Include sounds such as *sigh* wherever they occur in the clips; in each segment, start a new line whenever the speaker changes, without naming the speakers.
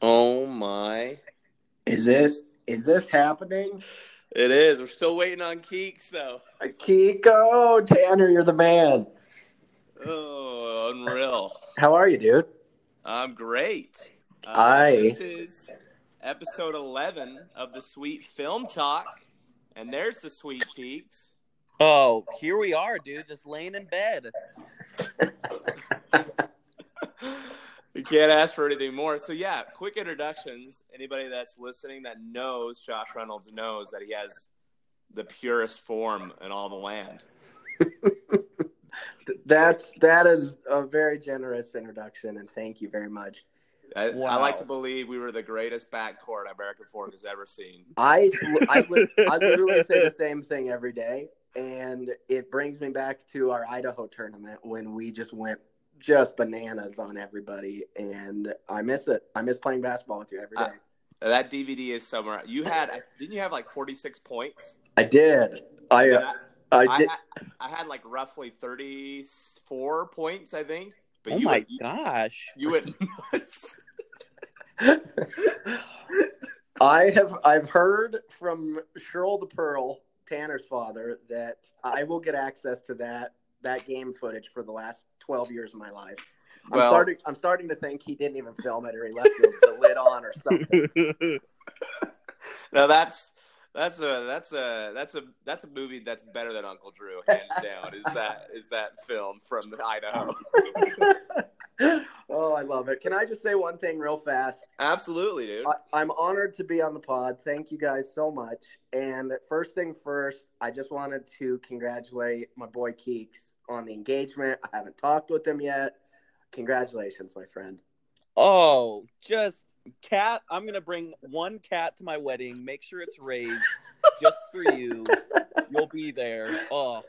Oh my!
Is this is this happening?
It is. We're still waiting on Keeks though.
Kiko Tanner, you're the man.
Oh, unreal.
How are you, dude?
I'm Um, great. Uh,
Hi.
This is episode 11 of the Sweet Film Talk, and there's the Sweet Keeks.
Oh, here we are, dude, just laying in bed.
*laughs* You can't ask for anything more. So yeah, quick introductions. Anybody that's listening that knows Josh Reynolds knows that he has the purest form in all the land.
That's that is a very generous introduction, and thank you very much.
I, I
Wow.
like to believe we were the greatest backcourt American Fork has ever seen.
I I, li- I literally say the same thing every day, and it brings me back to our Idaho tournament when we just went just bananas on everybody, and I miss it. I miss playing basketball with you every day.
I- That DVD is somewhere. You had didn't you have like 46 points?
I did. I
And
uh, I
I
did.
had, I had like roughly 34 points, I think. But
Oh
you
my
went, you-
gosh.
you went *laughs* nuts.
I have I've heard from Cheryl the Pearl, Tanner's father, that I will get access to that that game footage for the last twelve years of my life. I'm
Well-
starting I'm starting to think he didn't even film it or he left it with the lid on or
*laughs*
something.
Now that's that's a that's a that's a that's a movie that's better than Uncle Drew, hands down. Is that is that film from Idaho?
oh, I love it. Can I just say one thing real fast?
Absolutely, dude.
I, I'm honored to be on the pod. Thank you guys so much. And first thing first, I just wanted to congratulate my boy Keeks on the engagement. I haven't talked with him yet. Congratulations, my friend.
oh, just cat. I'm going to bring one cat to my wedding. Make sure it's raised just for you. You'll be there. Oh,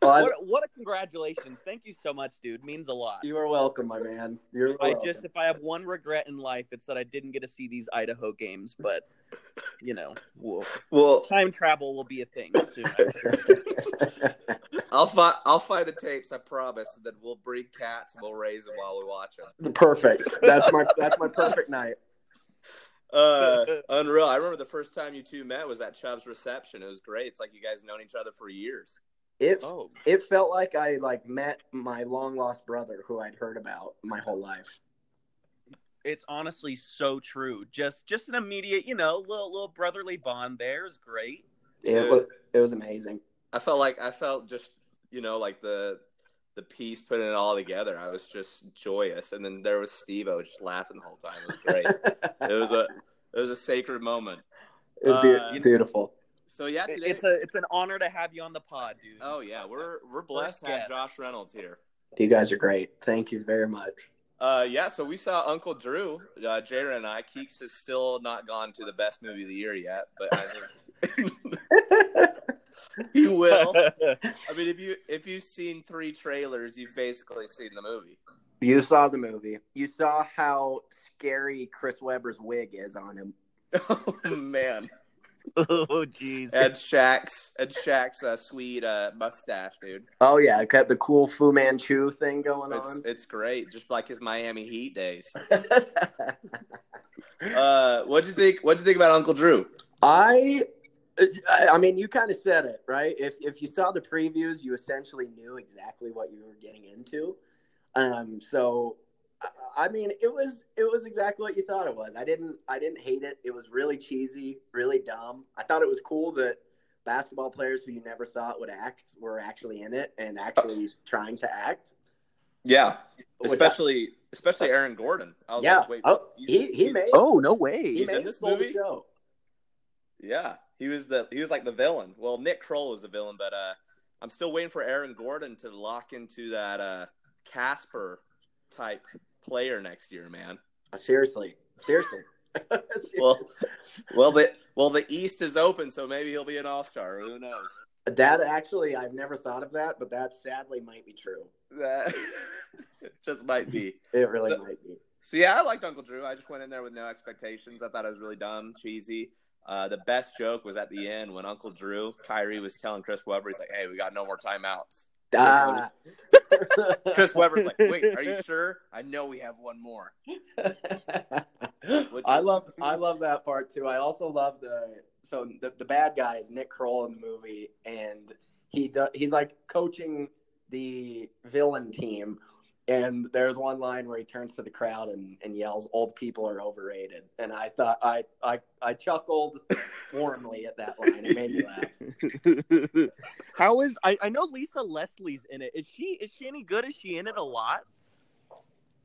Bud,
what, what a congratulations. Thank you so much, dude. Means a lot.
you are welcome, my man. You're
I
welcome. *laughs*
just, if I have one regret in life, it's that I didn't get to see these Idaho games, but, you know, we'll-
Well,
time travel will be a thing soon. I'm
*laughs*
sure.
I'll find I'll find the tapes, I promise, and then we'll breed cats and we'll raise them while we watch them.
perfect. That's my that's my perfect night.
*laughs*
Uh, unreal. I remember the first time you two met was at Chubb's reception. It was great. It's like you guys known each other for years.
It
Oh,
it felt like I like met my long lost brother who I'd heard about my whole life.
it's honestly so true. Just just an immediate, you know, little little brotherly bond there is great.
It
Dude.
was it was amazing. *laughs*
I felt like I felt just you know like the the piece putting it all together. I was just joyous, and then there was Steve O just laughing the whole time. It was great.
*laughs*
it was a it was a sacred moment.
It was beau-
Uh, you know-
beautiful.
So yeah,
It-
today.
It's a it's an honor to have you on the pod, dude.
oh yeah, we're we're blessed to have
guest.
Josh Reynolds here.
You guys are great. Thank you very much.
Uh, yeah, so we saw Uncle Drew, uh, Jared and I. Keeks has still not gone to the best movie of the year yet, but I think *laughs* he
*laughs*
will. *laughs* I mean, if you if you've seen three trailers, you've basically seen the movie. *laughs*
you saw the movie. You saw how scary Chris Webber's wig is on him.
Oh man,
oh jeez.
and Shaq's and Shaq's uh, sweet uh, mustache, dude.
Oh yeah, it got the cool Fu Manchu thing going
It's
on.
it's great, just like his Miami Heat days.
*laughs*
Uh, what'd you think? What'd you think about Uncle Drew?
I, I I mean, you kind of said it right. If if you saw the previews, you essentially knew exactly what you were getting into. Um, so I- I mean, it was it was exactly what you thought it was. I didn't I didn't hate it. It was really cheesy, really dumb. I thought it was cool that basketball players who you never thought would act were actually in it and actually trying to act.
Yeah,
Which I-
especially especially Aaron Gordon. I was
yeah.
like, wait,
oh,
he's-
he he
he's-
made
Oh, no
he
way.
he's in
made
this
full
movie?
Show.
Yeah, he was the he was like the villain. Well, Nick Kroll was the villain, but uh, I'm still waiting for Aaron Gordon to lock into that uh, Casper type player next year, man.
Seriously, seriously. *laughs* Seriously.
Well, well the well the East is open, so maybe he'll be an All Star. Who knows?
That actually, I've never thought of that, but that sadly might be true.
That *laughs* it just might be.
It really
So-
might be.
So yeah, I liked Uncle Drew. I just went in there with no expectations. I thought it was really dumb, cheesy. Uh, the best joke was at the end when Uncle Drew, Kyrie was telling Chris Webber, he's like, "Hey, we got no more timeouts."
Ah. *laughs*
Chris Webber's like, "Wait, are you sure? I know we have one more." What'd
I
you-
love I love that part too. I also love the so the, the bad guy is Nick Kroll in the movie, and he do, he's like coaching the villain team. And there's one line where he turns to the crowd and, and yells, "Old people are overrated." And I thought I I, I chuckled warmly at that line. It made me laugh.
How is I, I know Lisa Leslie's in it. Is she is she any good? Is she in it a lot?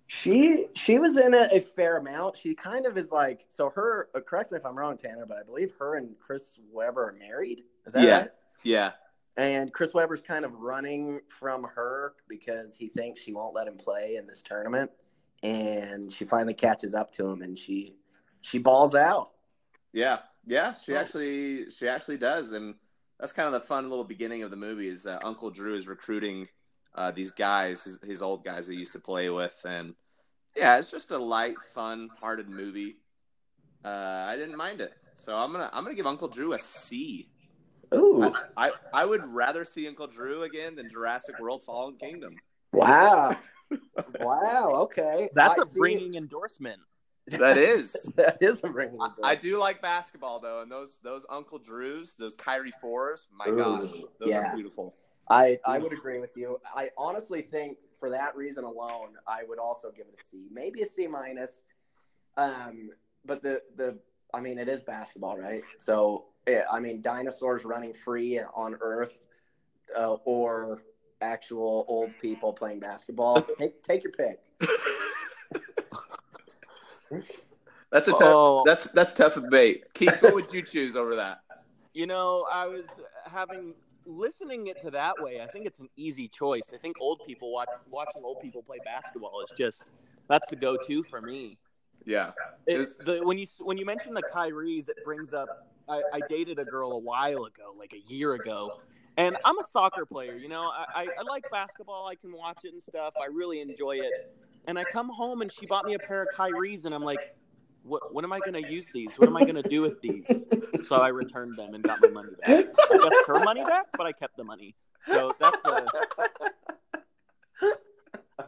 She she was in it a fair amount. She kind of is like so. Her uh, correct me if I'm wrong, Tanner, but I believe her and Chris Webber are married. Is that
Yeah.
right?
Yeah.
And Chris Webber's kind of running from her because he thinks she won't let him play in this tournament. And she finally catches up to him, and she she balls out.
Yeah. Yeah. She
Oh.
actually she actually does. And that's kind of the fun little beginning of the movie is that Uncle Drew is recruiting uh, these guys, his, his old guys he used to play with. And yeah, it's just a light, fun hearted movie. Uh, I didn't mind it. So I'm gonna I'm gonna give Uncle Drew a C.
Ooh,
I, I I would rather see Uncle Drew again than Jurassic World Fallen Kingdom.
wow, wow. Okay,
That's
a
a
*laughs*
bringing endorsement.
*laughs* That is.
that is a ringing.
I- I do like basketball though, and those those Uncle Drews, those Kyrie fours, my
Ooh,
gosh, those
yeah.
are beautiful.
I, I would agree with you. I honestly think for that reason alone, I would also give it a C, maybe a C minus. Um, but the the I mean, it is basketball, right? So yeah, I mean, dinosaurs running free on Earth, uh, or actual old people playing
*laughs*
basketball. take take your pick.
That's a tough.
Oh,
That's that's tough debate. Keith, what *laughs* would you choose over that?
you know, I was having listening it to that way. I think it's an easy choice. I think old people watch, watching old people play basketball is just that's the go-to for me.
Yeah,
It,
There's-
the, when you when you mention the Kyries, it brings up. I, I dated a girl a while ago, like a year ago, and I'm a soccer player. You know, I, I, I like basketball. I can watch it and stuff. I really enjoy it. And I come home and she bought me a pair of Kyries, and I'm like, "What? What am I gonna use these? What am I gonna do with these?" So I returned them and got my money back. I got her money back, but I kept the money. So that's a.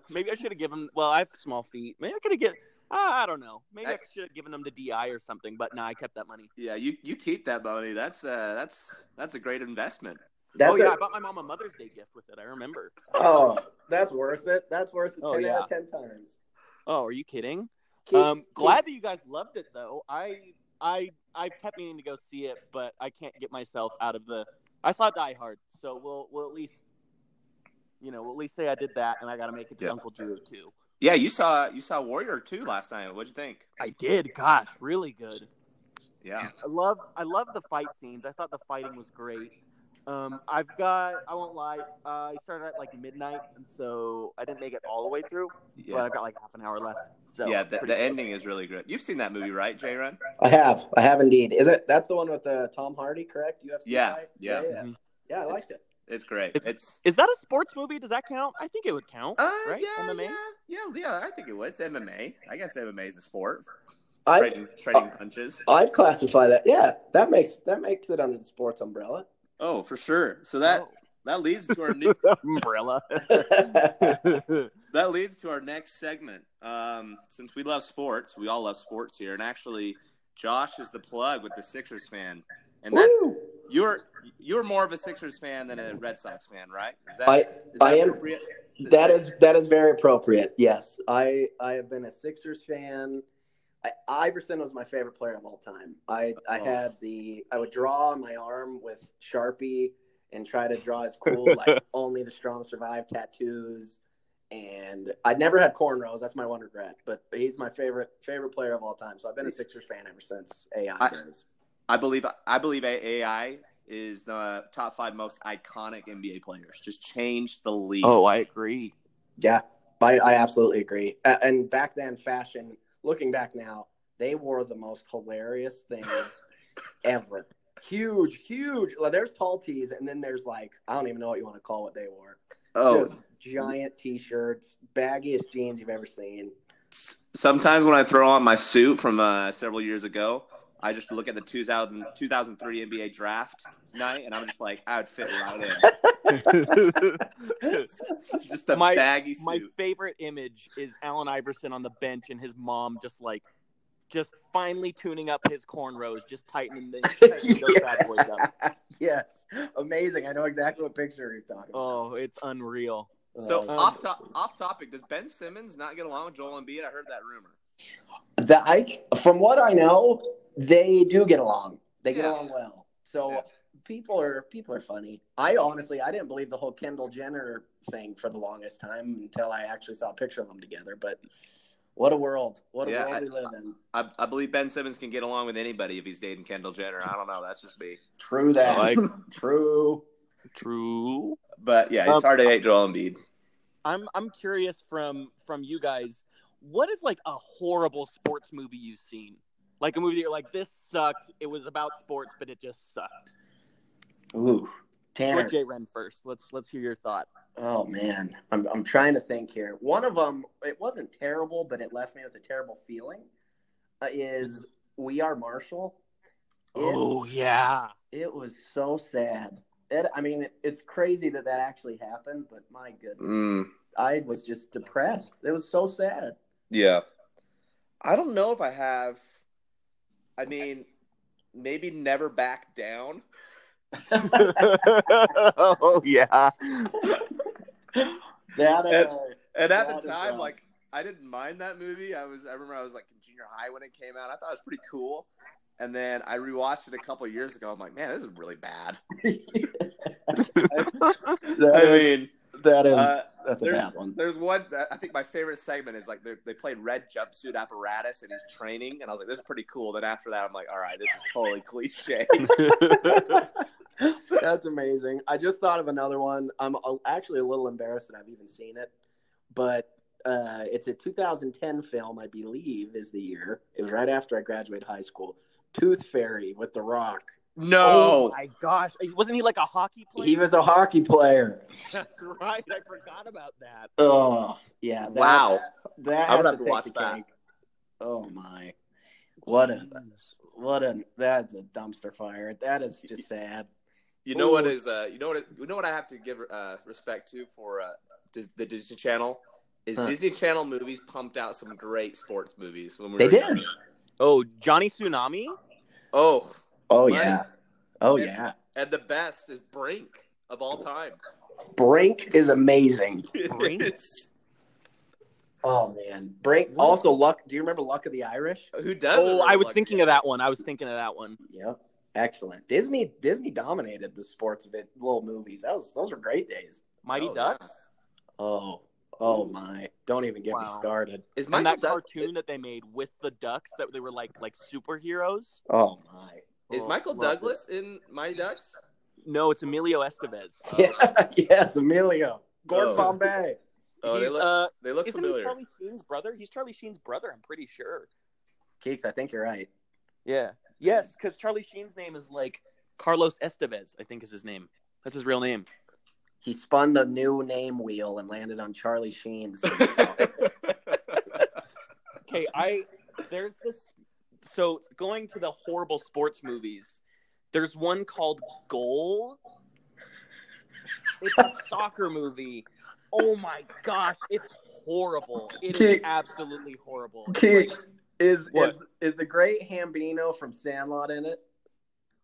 Maybe I should have given. Well, I have small feet. Maybe I could have given. I don't know. Maybe I,
I-
should have given them to Di or something. But no, I kept that money.
yeah. You you keep that money. That's uh that's that's a great investment.
That's
oh yeah, I
a-
bought my mom a Mother's Day gift with it. I remember.
oh, that's worth it. That's worth it.
Oh,
Ten
yeah.
out of ten times.
Oh, are you kidding?
Keith-
um,
Keith,
glad that you guys loved it though. I I I've kept meaning to go see it, but I can't get myself out of the. I saw Die Hard, so we'll we'll at least, you know, we'll at least say I did that, and I got to make it to
Yeah.
Uncle Drew too.
Yeah, you saw you saw Warrior two last night. What'd you think?
I did. Gosh, really good.
Yeah,
I love I love the fight scenes. I thought the fighting was great. Um, I've got I won't lie. Uh, I started at like midnight, and so I didn't make it all the way through. But
yeah.
I've got like half an hour left. So
Yeah, the,
pretty-
the ending is really great. You've seen that movie, right, J Run?
I have, I have indeed. Is it that's the one with uh, Tom Hardy? Correct? UFC
Yeah,
fight?
yeah.
yeah, yeah.
Mhm.
Yeah, I liked it.
It's great. It's,
It's- Is that a sports movie? Does that count? I think it would count.
uh,
right?
yeah,
MMA?
yeah, yeah, yeah. I think it would. It's MMA. I guess MMA is a sport.
I
Trading, trading punches.
I'd classify that. Yeah, that makes that makes it under the sports umbrella. *laughs*
Oh, for sure. So that that leads to our new,
Oh. *laughs* umbrella.
*laughs* that leads to our next segment. Um, since we love sports, we all love sports here, and actually, Josh is the plug with the Sixers fan, and that's
Woo!
you're you're more of a Sixers fan than a Red Sox fan, right? Is that,
I-
is that
I am-
appropriate?
that is that is very appropriate. Yes, I I have been a Sixers fan. I, Iverson was my favorite player of all time. I I
Oh.
had the I would draw on my arm with Sharpie and try to draw as cool
*laughs*
like only the strong survive tattoos. And I never had cornrows. That's my one regret. But he's my favorite favorite player of all time. So I've been a Sixers fan ever since AI
I-
days.
I believe I believe AI is the top five most iconic NBA players. Just changed the league.
oh,
*laughs*
I agree.
Yeah, I, I absolutely agree. Uh, and back then, fashion, looking back now, they wore the most hilarious
*laughs*
things ever. Huge, huge. Like, there's tall tees, and then there's like, I don't even know what you want to call what they wore.
oh
Just giant t shirts, baggiest jeans you've ever seen.
sometimes when I throw on my suit from uh, several years ago, I just look at the 2000, 2003 NBA draft night, and I'm just like, I would fit right in. *laughs* just a
My-
baggy
My
suit.
favorite image is Allen Iverson on the bench and his mom just like just finally tuning up his cornrows, just tightening, *laughs* the, tightening those bad boys up.
*laughs* yes, amazing. I know exactly what picture you're talking about.
Oh, it's unreal.
So
Um,
off top, off topic. Does Ben Simmons not get along with Joel Embiid? I heard that rumor.
The I from what I know, they do get along. They get
Yeah.
along well. So
Yeah.
people are people are funny. I honestly I didn't believe the whole Kendall Jenner thing for the longest time until I actually saw a picture of them together. But what a world! What a
Yeah,
world
I-
we live in.
I, I believe Ben Simmons can get along with anybody if he's dating Kendall Jenner. I don't know. That's just me.
True that.
Like-
*laughs* True.
True.
But yeah, it's
Um,
hard to hate Joel Embiid.
I'm I'm curious from from you guys, what is like a horrible sports movie you've seen? Like a movie that you're like, this sucked. It was about sports, but it just sucked.
Ooh,
With
Tanner.
Jay Ren first. Let's let's hear your thought.
Oh man, I'm I'm trying to think here. One of them, it wasn't terrible, but it left me with a terrible feeling. Uh, is We Are Marshall? It-
Oh yeah. *laughs*
It was so sad. It, I mean, it, it's crazy that that actually happened, but my goodness,
Mm,
I was just depressed. It was so sad.
yeah. I don't know if I have. I mean, maybe never back down.
oh yeah.
That uh, *laughs*
And at
That is
the time,
rough.
like I didn't mind that movie. I was I remember I was like in junior high when it came out. I thought it was pretty cool. And then I rewatched it a couple years ago. I'm like, man, this is really
*laughs*
bad. I
that
mean,
is, that is
uh,
that's a
there's-
bad
*laughs*
one.
there's one. I think my favorite segment is like they're- they play red jumpsuit apparatus and he's training, and I was like, this is pretty cool. Then after that, I'm like, all right, this is totally cliche. *laughs*
That's amazing. I just thought of another one. I'm uh, actually a little embarrassed that I've even seen it, but uh, it's a 2010 film, I believe, is the year. It was right after I graduated high school. Tooth Fairy with The Rock.
Oh
No,
my gosh. Wasn't he like a hockey player?
He was a hockey player.
*laughs* That's right. I forgot about that.
Oh, yeah. that-
wow.
That
I would
has
have to
take
watch
the
that.
cake. Oh my. What a what a that's a dumpster fire. That is just sad.
You know what
Ooh.
is? Uh, you know what? You know what I have to give uh, respect to for uh, Dis- the Disney Channel is
Huh.
Disney Channel movies pumped out some great sports movies when we
They
were
did.
younger.
Oh, Johnny Tsunami?
Oh,
Oh
Right.
yeah. Oh
And-
yeah.
and the best is Brink of all time. *laughs*
Brink is amazing.
Brink?
It's-
Oh man. Brink also luck do you remember Luck of the Irish?
Who does?
Oh, I was thinking of that one. I was thinking of that one.
Yep. Excellent. Disney Disney dominated the sports bit little movies. That was those were great days.
Mighty
Oh,
Ducks?
Oh. Oh my. Don't even get me
Wow.
started.
Is
and
Michael
that
Doug-
cartoon that they made with the ducks that they were like like superheroes.
Oh my.
Is
Oh,
Michael
love
Douglas in Mighty Ducks?
it. No, it's Emilio Estevez.
Yeah, *laughs* yes, Emilio. Gordon
Oh.
Bombay.
Oh, they
He's,
look,
uh,
they look
isn't he
familiar.
Charlie Sheen's brother? He's Charlie Sheen's brother. I'm pretty sure.
Keeks, I think you're right.
Yeah. Yes, because Charlie Sheen's name is like Carlos Estevez. I think is his name. That's his real name.
He spun the new name wheel and landed on Charlie *laughs* Sheen's.
Okay, I there's this. So going to the horrible sports movies, there's one called Goal. It's a soccer movie. Oh my gosh, it's horrible. It is
Keith.
absolutely horrible. It's like,
Keeks, is, is
What?
is the great Hambino from Sandlot in it?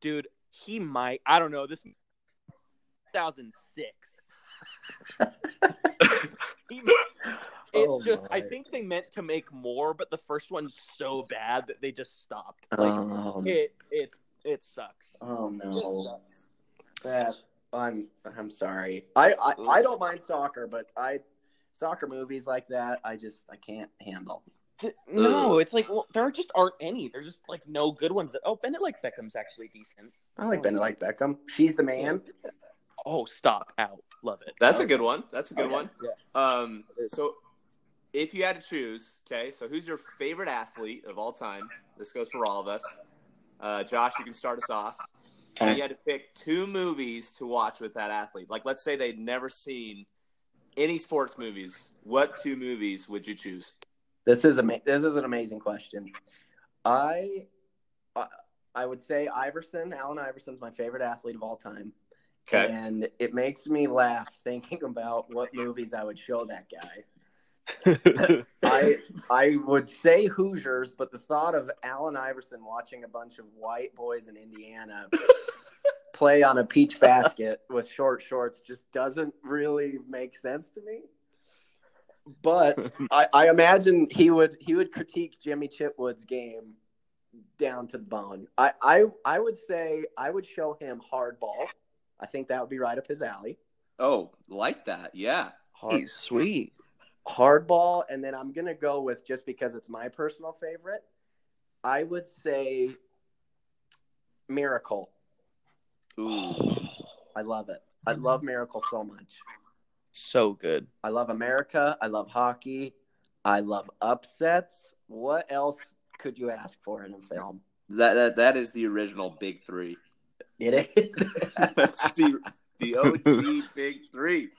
dude, he might. I don't know. This 2006. He- it
Oh
just. I
my.
think they meant to make more, but the first one's so bad that they just stopped. Like
Um,
it. It. It sucks.
oh
It just
no,
sucks.
that I'm I'm sorry. I, I I don't mind soccer, but I soccer movies like that I just I can't handle.
Th- No, it's like well, there just aren't any. There's just like no good ones. That, oh, Bennett like Beckham's actually decent.
I like Benedict Beckham. She's the man.
Oh, stop out. Love it.
*laughs*
Oh,
That's a good one. That's a good
Okay.
one.
Yeah.
Um, so if you had to choose, okay, so who's your favorite athlete of all time? This goes for all of us. Uh, Josh, you can start us off. And you had to pick two movies to watch with that athlete. Like, let's say they'd never seen any sports movies. What two movies would you choose?
This is ama- This is an amazing question. I, I, I would say Iverson. Allen Iverson's my favorite athlete of all time, and it makes me laugh thinking about what movies I would show that guy.
*laughs*
I I would say Hoosiers, but the thought of Allen Iverson watching a bunch of white boys in Indiana play on a peach basket with short shorts just doesn't really make sense to me. But I, I imagine he would he would critique Jimmy Chipwood's game down to the bone. I, I I would say I would show him hardball. I think that would be right up his alley.
oh, like that. Yeah.
Hard,
*sighs*
sweet.
hardball and then i'm gonna go with just because it's my personal favorite i would say miracle
Ooh.
i love it i love miracle so much
So good.
i love america i love hockey i love upsets what else could you ask for in a film
That, that that is the original big three. *laughs*
it is
That's the the OG big *laughs* three.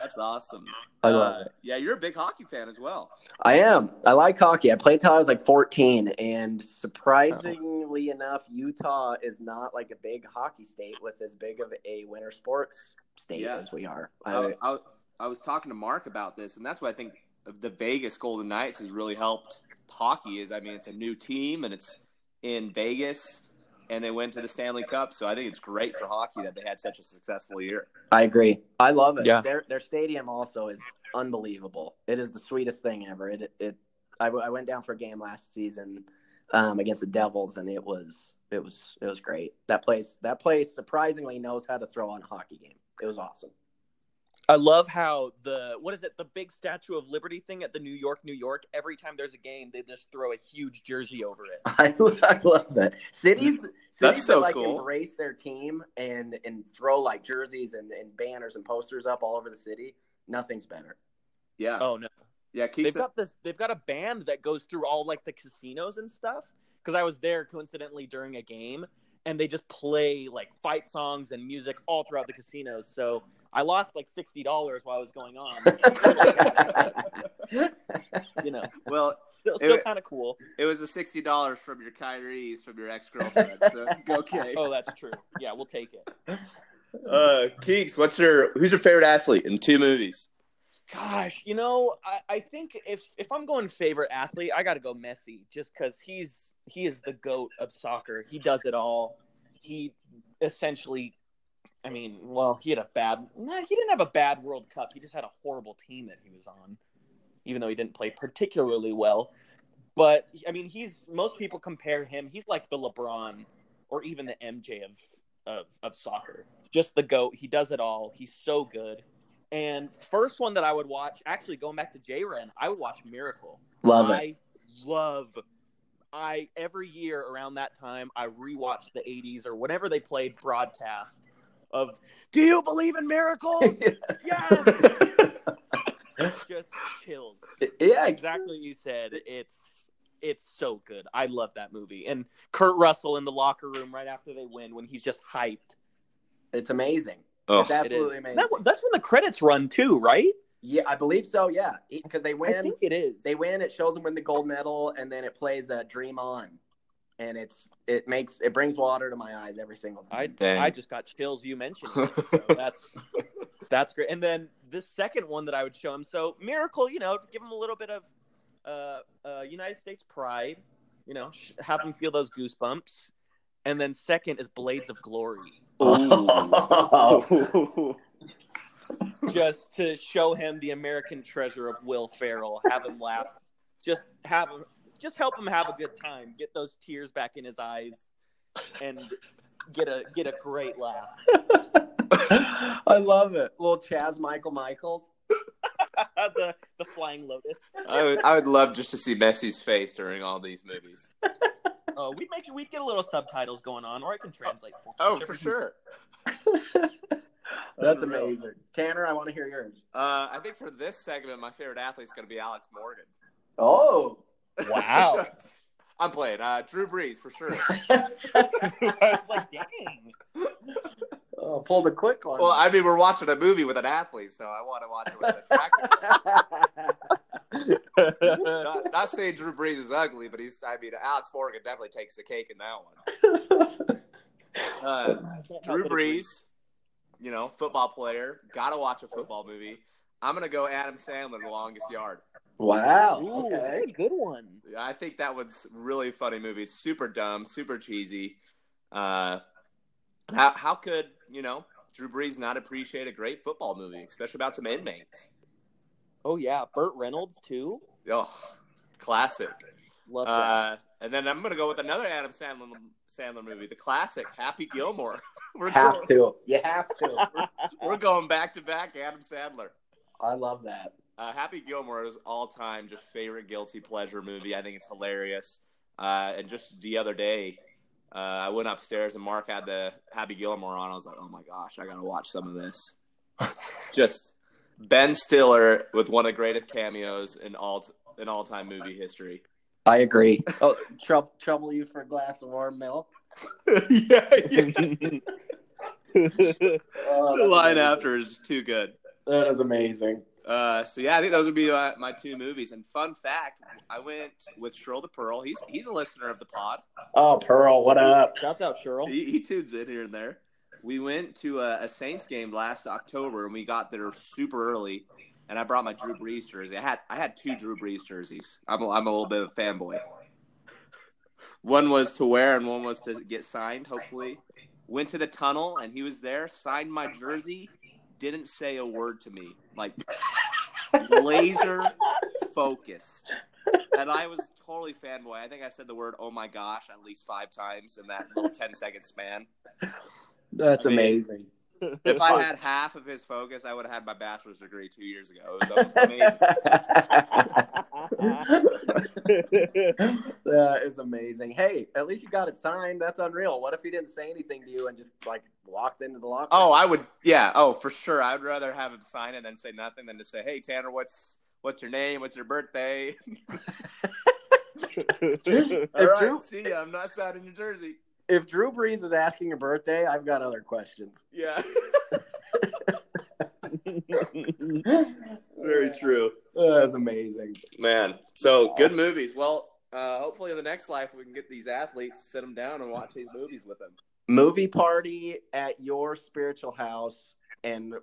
That's awesome.
*laughs* I love
it. Yeah, you're a big hockey fan as well.
i am i like hockey i played till i was like 14 and surprisingly enough utah is not like a big hockey state with as big of a winter sports state
Yeah. Oh.
as we are I-
I, I, I was talking to Mark about this, and that's why I think the Vegas Golden Knights has really helped hockey. Is I mean, it's a new team, and it's in Vegas, and they went to the Stanley Cup. So I think it's great for hockey that they had such a successful year.
I agree. I love it.
Yeah.
Their their stadium also is unbelievable. It is the sweetest thing ever. It it I, w- I went down for a game last season um, against the Devils and it was it was it was great. That place that place surprisingly knows how to throw on a hockey game. It was awesome.
I love how the what is it the big Statue of Liberty thing at the New York New York every time there's a game they just throw a huge jersey over it.
*laughs* I, I love that. Cities cities
so
that, like
cool.
embrace their team and and throw like jerseys and, and banners and posters up all over the city. Nothing's better. *laughs*
Yeah,
Oh no.
yeah.
They've
Keeps
got this they've got a band that goes through all like the casinos and stuff cuz I was there coincidentally during a game and they just play like fight songs and music all throughout the casinos. So I lost like $60 while I was going on,
*laughs*
you know.
well,
Still, still
It-
kind of cool.
it was a sixty dollars from your Kyrie's from your ex girlfriend. So
*laughs*
it's okay.
Oh, that's true. Yeah, we'll take it.
Uh, Keeks, what's your who's your favorite athlete in two movies?
Gosh, you know, I, I think if if I'm going favorite athlete, I got to go Messi, just because he's he is the goat of soccer. He does it all. He essentially, I mean, well, he had a bad. Nah, he didn't have a bad World Cup. He just had a horrible team that he was on, even though he didn't play particularly well. But I mean, he's most people compare him. He's like the LeBron or even the MJ of of of soccer. Just the goat. He does it all. He's so good. And first one that I would watch, actually going back to J Ren, I would watch Miracle.
love it. *laughs*
I love I every year around that time I rewatch the eighties or whenever they played broadcast of Do you believe
*laughs*
in miracles? yes. It's just chills.
yeah,
Exactly what you said. It's it's so good. I love that movie. And Kurt Russell in the locker room right after they win when he's just hyped.
it's amazing.
Oh,
It's absolutely
it is.
amazing.
That, that's when the credits run too, right?
Yeah, I believe so. Yeah, because they
I
win.
think it is.
They win. It shows them win the gold medal, and then it plays uh, "Dream On," and it's it makes it brings water to my eyes every single
I
time.
Dang.
I just got chills you mentioned. it, so that's that's great. And then this second one that I would show him. So miracle, you know, give him a little bit of uh, uh, United States pride. You know, sh- have him feel those goosebumps. And then second is Blades of Glory,
*laughs*
*laughs*
Oh.
just to show him the American treasure of Will Ferrell. Have him laugh. Just have him. Just help him have a good time. Get those tears back in his eyes, and get a get a great laugh. *laughs*
I love it. Little Chaz Michael Michaels.
the the flying lotus.
I would I would love just to see Messi's face during all these movies.
Oh, we make we get a little subtitles going on, or I can translate for.
Oh, sure.
That's
Unreal.
amazing. Tanner, I want to hear yours.
Uh, I think for this segment, my favorite athlete is going to be Alex Morgan.
Oh,
Wow.
*laughs* I'm playing uh, Drew Brees for sure.
*laughs* I was like, dang.
oh pulled a quick one.
well, I mean, we're watching a movie with an athlete, so I want to watch it with an attractive. not, not saying Drew Brees is ugly, but he's. I mean, Alex Morgan definitely takes the cake in that one. Uh, Drew Brees, you know, football player, gotta watch a football movie. I'm gonna go Adam Sandler, The Longest Yard.
*laughs* Wow.
Ooh,
okay.
that's a good one.
Yeah, I think that was really funny movie. Super dumb, super cheesy. Uh, how how could you know Drew Brees not appreciate a great football movie, especially about some inmates?
Oh yeah, Burt Reynolds too.
Oh, classic.
Love that.
Uh, and then I'm gonna go with another Adam Sandler Sandler movie, the classic Happy Gilmore. *laughs* we're
Have
going,
to. You have to.
we're going back to back Adam Sandler.
I love that.
Uh, Happy Gilmore is all time just favorite guilty pleasure movie. I think it's hilarious. Uh, and just the other day, uh, I went upstairs and Mark had the Happy Gilmore on. I was like, oh my gosh, I gotta watch some of *laughs* this. just Ben Stiller with one of the greatest cameos in all in all time movie history.
I agree. Oh, trouble trouble you for a glass of warm milk.
*laughs* yeah,
*laughs*
Oh,
The line
that's amazing.
after is just too good.
That is amazing.
Uh, so yeah, I think those would be uh, my two movies. And fun fact, I went with Shirl to Pearl. He's he's a listener of the pod.
Oh, Pearl, what up?
Shouts out Cheryl.
He, he tunes in here and there. We went to a, a Saints game last October, and we got there super early. And I brought my Drew Brees jersey. I had I had two Drew Brees jerseys. I'm a, I'm a little bit of a fanboy. One was to wear, and one was to get signed. Hopefully, went to the tunnel, and he was there. Signed my jersey. Didn't say a word to me. *laughs* Like laser focused. And I was totally fanboy. I think I said the word "oh my gosh" at least five times in that little 10 second span.
That's
I mean-
amazing.
*laughs* If I had half of his focus, I would have had my bachelor's degree two years ago. It was amazing.
*laughs* that is amazing. Hey, at least you got it signed. That's unreal. What if he didn't say anything to you and just like walked into the
*laughs*
locker?
oh, I would. Yeah. Oh, for sure. I would rather have him sign it and say nothing than to say, "Hey, Tanner, what's what's your name? What's your birthday?" *laughs*
*laughs*
All right. *laughs*
Drew-
See, ya. I'm not signing your jersey.
if Drew Brees is asking your birthday, I've got other questions.
*laughs* Yeah.
Very
true.
That's amazing.
Man, so good movies. Well, uh, hopefully in the next life we can get these athletes, sit them down, and watch these movies with them.
Movie party at your spiritual house, and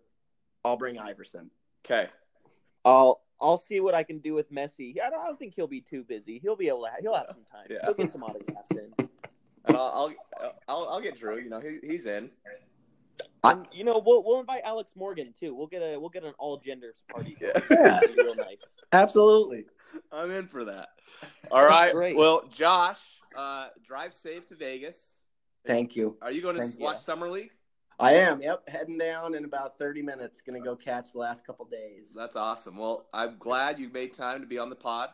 I'll bring Iverson.
Okay.
*laughs* I'll I'll see what I can do with Messi. I don't, I don't think he'll be too busy. He'll be able to. Ha- he'll have some time.
Yeah.
He'll get some autographs in.
And I'll, I'll I'll I'll get Drew. You know, he, he's in.
And, you know, we'll we'll invite Alex Morgan too. We'll get a we'll get an all genders party.
Yeah.
Yeah,
It'll be real nice.
absolutely.
I'm in for that. All right.
Great.
Well, Josh, uh, drive safe to Vegas.
Thank you.
Are you going to
Thank you.
watch Summer League?
I am. Yep, heading down in about thirty minutes. Gonna go catch the last couple days.
That's awesome. Well, I'm glad you made time to be on the pod.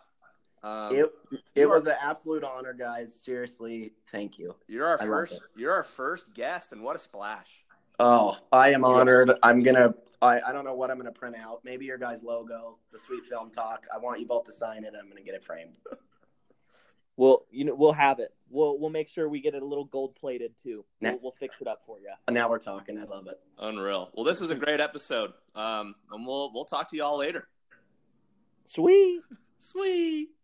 Um,
it it was an absolute honor, guys. Seriously, thank you.
you're our
I love
first.
it.
You're our first guest, and what a splash!
Oh, I am honored. I'm gonna. I, I don't know what I'm gonna print out. Maybe your guys' logo, the Sweet Film Talk. I want you both to sign it. I'm gonna get it framed.
Well, you know, we'll have it. We'll we'll make sure we get it a little gold plated too.
Nah.
We'll, we'll fix it up for you.
Now we're talking. I love it.
Unreal. Well, this is a great episode. Um, and we'll we'll talk to you all later.
Sweet.
Sweet.